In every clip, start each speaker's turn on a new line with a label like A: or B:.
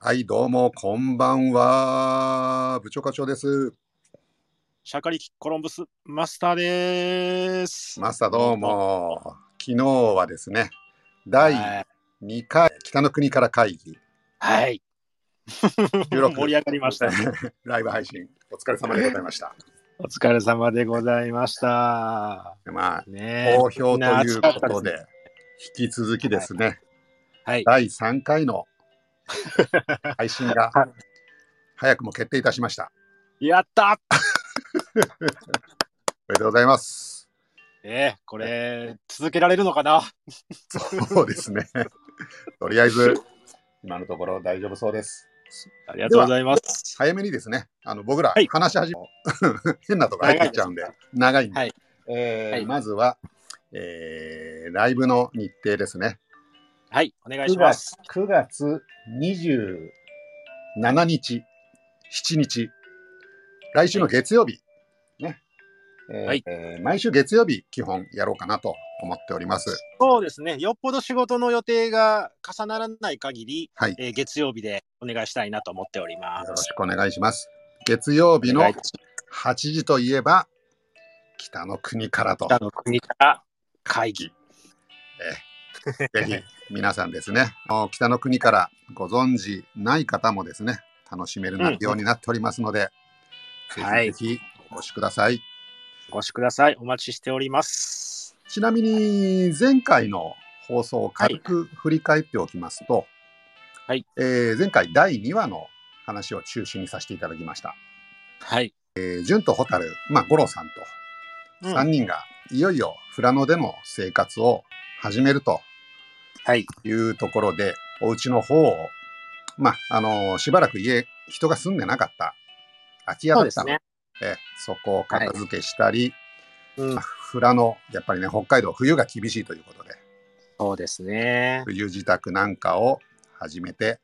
A: はい、どうも、こんばんは。部長課長です。
B: シャカリキコロンブスマスターでーす。
A: マスターどうも。昨日はですね、第
B: はい。
A: 2回、北の国から会議、
B: はい、
A: 収録
B: 盛り上がりました。
A: ライブ配信、お疲れ様でございました。
B: お疲れ様でございました。
A: まあ、
B: ねえ
A: 好評というこ
B: みんな暑かった
A: と
B: で
A: で、引き続きですね、
B: はい。
A: 第3回の配信が
B: はい
A: 早くも決定いたしました。
B: やった
A: おめでとうござい ます。
B: ええ、これ、続けられるのかな
A: そうですね。とりあえず、今のところ大丈夫そうです。
B: ありがとうございます。
A: 早めにですね、あの僕ら
B: はい
A: 話し始め、 変なとこ入っていっちゃうんで、長いんで、
B: はい
A: えー
B: はい
A: まずは、えーライブの日程ですね。
B: はい、お願い
A: 9
B: します
A: 月。9月27日、7日、来週の月曜日、ねえー
B: はい
A: えー毎週月曜日、基本やろうかなと思っております。
B: そうですね。よっぽど仕事の予定が重ならない限り、
A: はい
B: えー月曜日でお願いしたいなと思っておりま
A: よろ
B: す
A: し。くお願いします。月曜日の
B: お願い
A: 8時といえば、北の国からと。
B: 北の国から会議。
A: ぜひ皆さんですね、あの北の国からご存知ない方もですね、楽しめる内容になっておりますので、
B: はい
A: ぜひぜひお越しください。
B: お越しください。お待ちしております。
A: ちなみに前回の放送を軽く振り返っておきますと、
B: はい
A: えー前回第2話の話を中心にさせていただきました。
B: はい。
A: えー、純と蛍、まあ、五郎さんと
B: うん
A: 3人がいよいよ富良野での生活を始めると
B: はい。
A: いうところで、お家の方を、まあ、あのしばらく家、人が住んでなかった、空き家
B: そ
A: だ
B: う
A: っ
B: です
A: たの
B: ね
A: で、。えそこを片付けしたり、
B: うん
A: まあ富良野、やっぱりね、北海道、冬が厳しいということで、
B: そうですね。
A: 冬自宅なんかを始めて、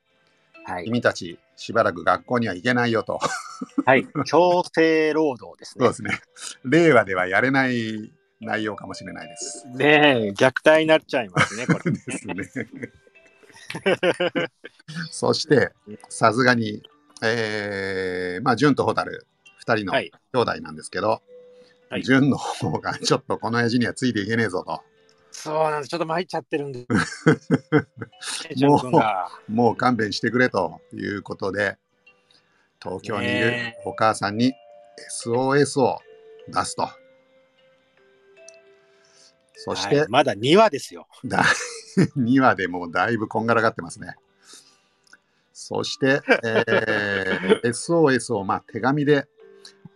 B: はい。
A: 君たち、しばらく学校には行けないよと、
B: はい。強制労働です
A: そう
B: ね
A: で。すね、令和ではやれない内容かもしれないです。
B: ねえ、虐待になっちゃいますね、これ。
A: ですね。 そしてさすがに、えーまあ純と蛍2人の
B: はい
A: 兄弟なんですけど、
B: はい
A: 純の方がちょっとこの親父にはついていけねえぞと
B: そうなんです。ちょっと参っちゃってる んで。
A: も
B: も
A: う
B: 君が。
A: もう勘弁してくれということで東京にいる
B: ね
A: お母さんに SOS を出すと。そして、
B: はいまだ2話ですよ。
A: 第2話でもうだいぶこんがらがってますね。そして、えー SOS をまあ手紙で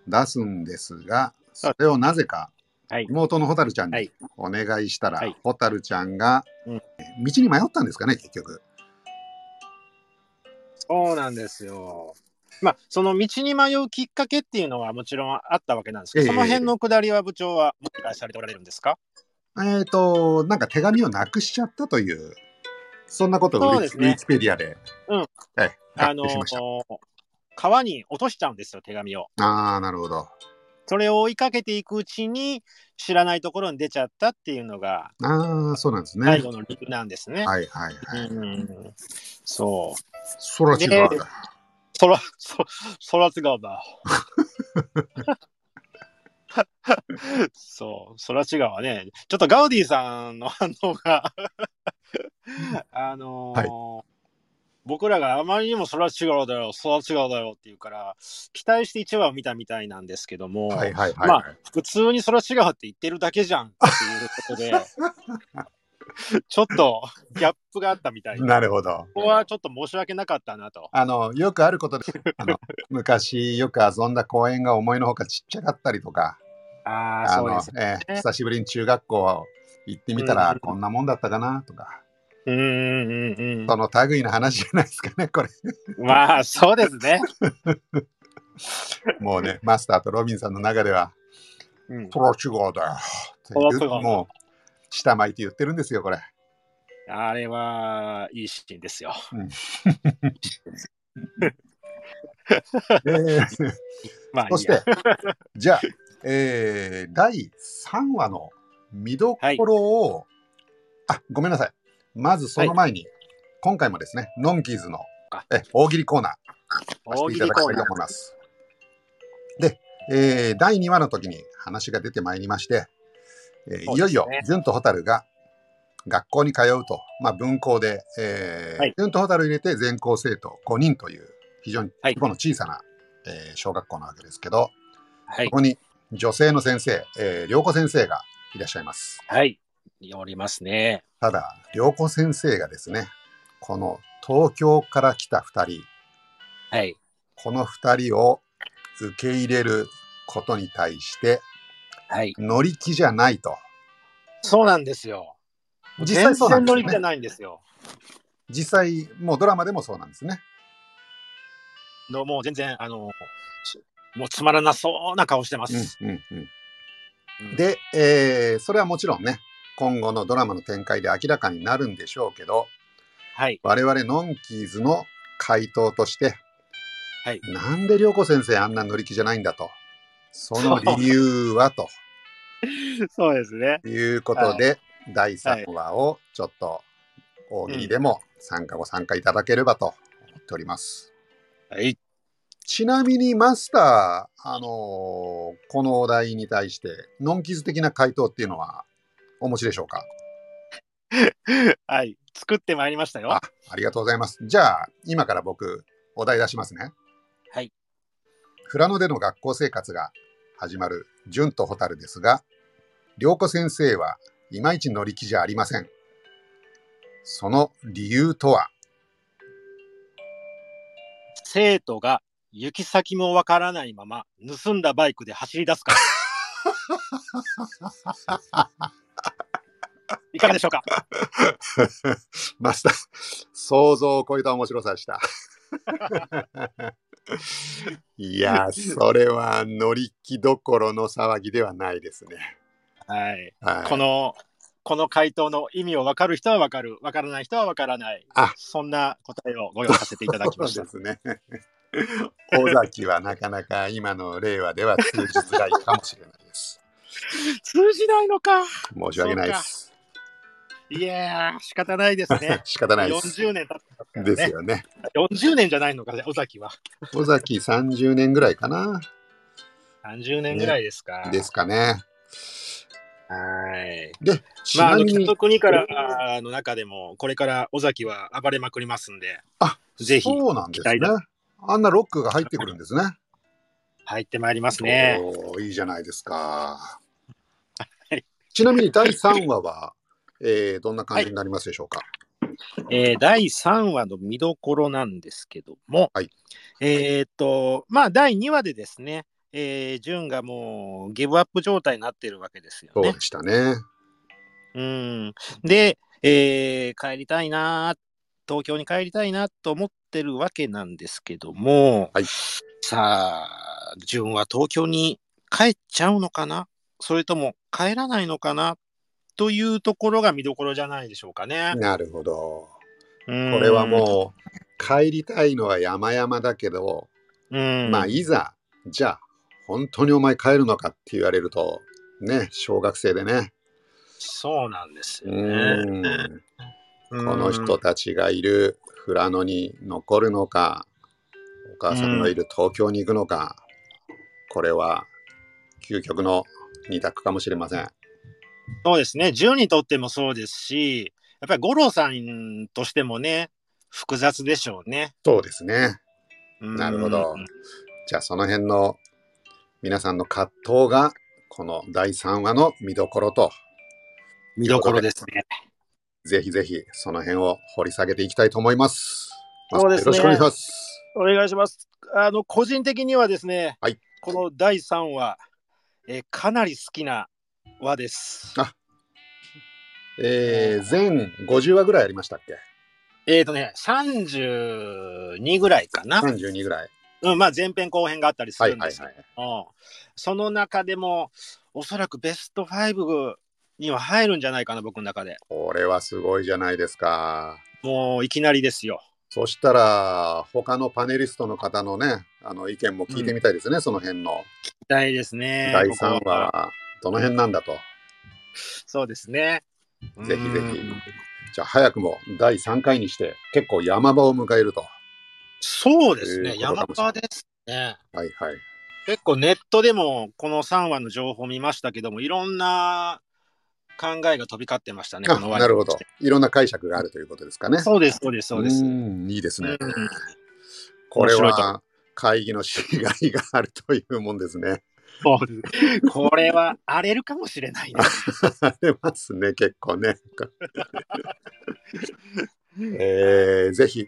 A: 出すんですが、それをなぜか
B: はい
A: 妹のホタルちゃん
B: は
A: に
B: い
A: お願いしたら、
B: はい
A: ホタルちゃんが
B: うん
A: 道に迷ったんですかね、結局。
B: そうなんですよ。まあ、その道に迷うきっかけっていうのはもちろんあったわけなんですけど、
A: ええ
B: その辺のくだりは部長はもう理解されておられるんですか
A: えっ、と、なんか手紙をなくしちゃったという、そんなことをウ
B: そう
A: ィ
B: で
A: キ,、
B: すね
A: ウィキペディアで、
B: うん
A: ええ
B: あ
A: 発
B: の
A: 表しました。
B: 川に落としちゃうんですよ、手紙を。
A: ああ、なるほど。
B: それを追いかけていくうちに知らないところに出ちゃったっていうのが
A: ああ、そうなんですね。は
B: 最
A: い
B: 後の理由なんですね。
A: はいはい。
B: うん、そう。
A: そら違う
B: でそら、そ、そらつがば。そう、そら違うわね。ちょっとガウディさんの反応が、あのー僕らがあまりにもそら違うだよ、そら違うだよっていうから、期待して1話を見たみたいなんですけども、
A: はいはいはい、
B: ま
A: はい
B: あ普通にそら違うって言ってるだけじゃんっていうこと で、ちょっとギャップがあったみたいな。
A: なるほど。
B: ここはちょっと申し訳なかったなと。
A: あのよくある ことであの昔よく遊んだ公園が思いのほかちっちゃかったりとか
B: あ
A: あの、ええ久しぶりに中学校行ってみた
B: う
A: ら
B: ん
A: こんなもんだったかなとか、
B: うんうんうん
A: その類の話じゃないですかねこれ
B: うん。まあ、そうで すね。
A: もうねマスターとロビンさんの中では
B: う
A: 「
B: ん
A: トロチュゴーだよ」って言う
B: トロチュゴー
A: もう下巻いて言ってるんですよこ れ
B: あれは、いいシーンですよ。
A: で
B: まあ、い
A: そ
B: い
A: し
B: や
A: て。じゃあ、えー第3話の見どころを、あごめんなさいまずその前に、今回もですねノンキーズの
B: あ
A: え大喜利コーナー、
B: 大
A: していた
B: 喜利
A: だき
B: コ
A: たいと
B: ーナー
A: 思います。で、えー第2話の時に話が出てまいりまして、えー
B: そうですね
A: いよいよ、純と蛍が学校に通うと、まあ、分校で、えー
B: はい
A: 純と蛍を入れて全校生徒5人という、非常に
B: はい
A: 規模の小さな、えー小学校なわけですけど、
B: は
A: そ
B: い。
A: こに女性の先生、えー、良子先生がいらっしゃいます。
B: はい。おりますね。
A: ただ、良子先生がですね、この東京から来た2人、
B: はい。
A: この2人を受け入れることに対して、
B: はい。
A: 乗り気じゃないと。
B: そうなんですよ。
A: 実際そうなんです
B: 乗
A: よ
B: りじゃ
A: ね。
B: ないんですよ。
A: 実際、もうドラマでもそうなんですね。
B: のもう全然、あの、しもうつまらなそうな顔してます。
A: うんうんうん
B: うん、
A: で、えーそれはもちろんね、今後のドラマの展開で明らかになるんでしょうけど、
B: はい。
A: 我々ノンキーズの回答として、
B: はい
A: なんで涼子先生あんな乗り気じゃないんだと。その理由はと
B: そうですね。
A: いうことで、第3話をちょっと大喜利でも参加ご参加いただければと思っております。
B: はい。
A: ちなみにマスター、あのーこのお題に対して、ノンキーズ的な回答っていうのはお持ちでしょうか
B: はい。作ってまいりましたよ。
A: あありがとうございます。じゃあ、今から僕、お題出しますね。
B: はい。
A: 富良野での学校生活が始まる純と蛍ですが、良子先生はいまいち乗り気じゃありません。その理由とは、
B: 生徒が行き先もわからないまま盗んだバイクで走り出す から。いかがでしょうか
A: マスター、想像を超えた面白さで した。いや、それは乗り気どころの騒ぎではないですね。
B: はい。
A: はい、
B: この、この回答の意味をわかる人はわかる、わからない人はわからない
A: あ。
B: そんな答えをご用意させていただきました。
A: そうですね。尾崎はなかなか今の令和では通じづらいかもしれない です。
B: 通じないのか。
A: 申し訳ないです。。
B: いやー、仕方ないですね
A: 仕方ないです。
B: 40年経ったからね。
A: ですよね。
B: 40年じゃないのかね、尾崎は。
A: 尾崎30年ぐらいかな
B: 30年ぐらいですか。
A: ですかね。
B: はい。
A: で、ち
B: まあ、
A: な
B: あの、
A: み
B: きっ
A: に
B: と、国からあの中でも、これから尾崎は暴れまくりますんで、
A: あ
B: ぜひ
A: そうなんです
B: 期待
A: ね
B: だ。
A: あんなロックが入ってくるんですね。
B: 入ってまいりますね。
A: おーいいじゃないですか
B: はい。
A: ちなみに第3話は、えーどんな感じになりますでしょうか。
B: えー第3話の見どころなんですけども、
A: はい
B: えーっと、まあ、第2話でですね、えー、潤がもうギブアップ状態になってるわけですよ
A: そう
B: ね。
A: でしたね。
B: うん、で、えー帰りたいなー、東京に帰りたいなと思ってるわけなんですけども、
A: はい
B: さあ、潤は東京に帰っちゃうのかなそれとも帰らないのかなというところが見どころじゃないでしょうかね。
A: なるほど。
B: こ
A: これはもう帰りたいのは山々だけど、
B: うん、
A: まあいざじゃあ本当にお前帰るのかって言われるとね小学生でね
B: そうなんです
A: う
B: よね。
A: ーん
B: こ
A: この人たちがいる富良野に残るのかお母さんのいる東京に行くのかこれは究極の二択かもしれません。
B: そうですね、10にとってもそうですし、やっぱり五郎さんとしてもね、複雑でしょうね。
A: そうですね。
B: うん
A: なるほど。じゃあその辺の皆さんの葛藤がこの第3話の見どころと
B: 見どころですね。
A: ぜひぜひその辺を掘り下げていきたいと思います。
B: そうで
A: よ
B: すね
A: ろしくお願いします。
B: お願いします。あの、個人的にはですね、
A: はい
B: この第3話、えーかなり好きな話です。
A: あえー、全50話ぐらいありましたっけ
B: えっ、とね、32ぐらいかな。
A: ?32 ぐらい。
B: うん、まあ前編後編があったりす
A: はい
B: る
A: は
B: ん
A: い
B: で
A: はい
B: すけど、。その中でも、おそらくベスト5には入るんじゃないかな、僕の中で。
A: これはすごいじゃないですか。
B: もういきなりですよ。
A: そしたら他のパネリストの方のねあの意見も聞いてみたいですね、その辺の
B: 期待ですね。
A: 第
B: こ
A: 3
B: こは。
A: 話どの辺なんだと、
B: そうですね。
A: ぜひぜひ
B: うん
A: じゃあ早くも第3回にして結構山場を迎えると
B: そうです
A: え
B: ね、
A: ー
B: 山川ですね。
A: はいはい。
B: 結構ネットでもこの3話の情報見ましたけども、いろんな考えが飛び交ってましたね、この
A: あ
B: 話。
A: なるほど。いろんな解釈があるということですかね。
B: そうです、そうです、そうです。
A: んいいですね。
B: うん
A: これ
B: 面白
A: は会議のしがいがあるというもんですね。
B: そうですこれは荒れるかもしれないね。
A: ありますね、結構ね。えーぜひ、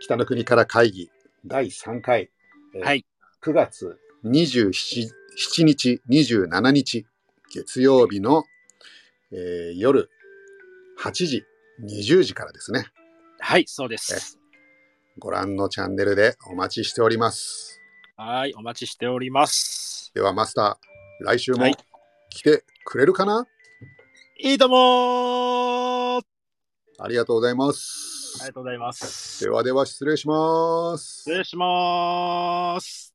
A: 北の国から会議第3回、えー
B: はい
A: 9月27 7日、27日、月曜日の、えー夜8時、20時からですね、
B: はい、そうです。
A: ご覧のチャンネルでお待ちしております。
B: はい、お待ちしております。
A: では、マスター、来週も
B: はい
A: 来てくれるかな、
B: いいともーあ
A: ありがとうございます。
B: りがとうございます。
A: ではでは失礼します
B: 失。礼します。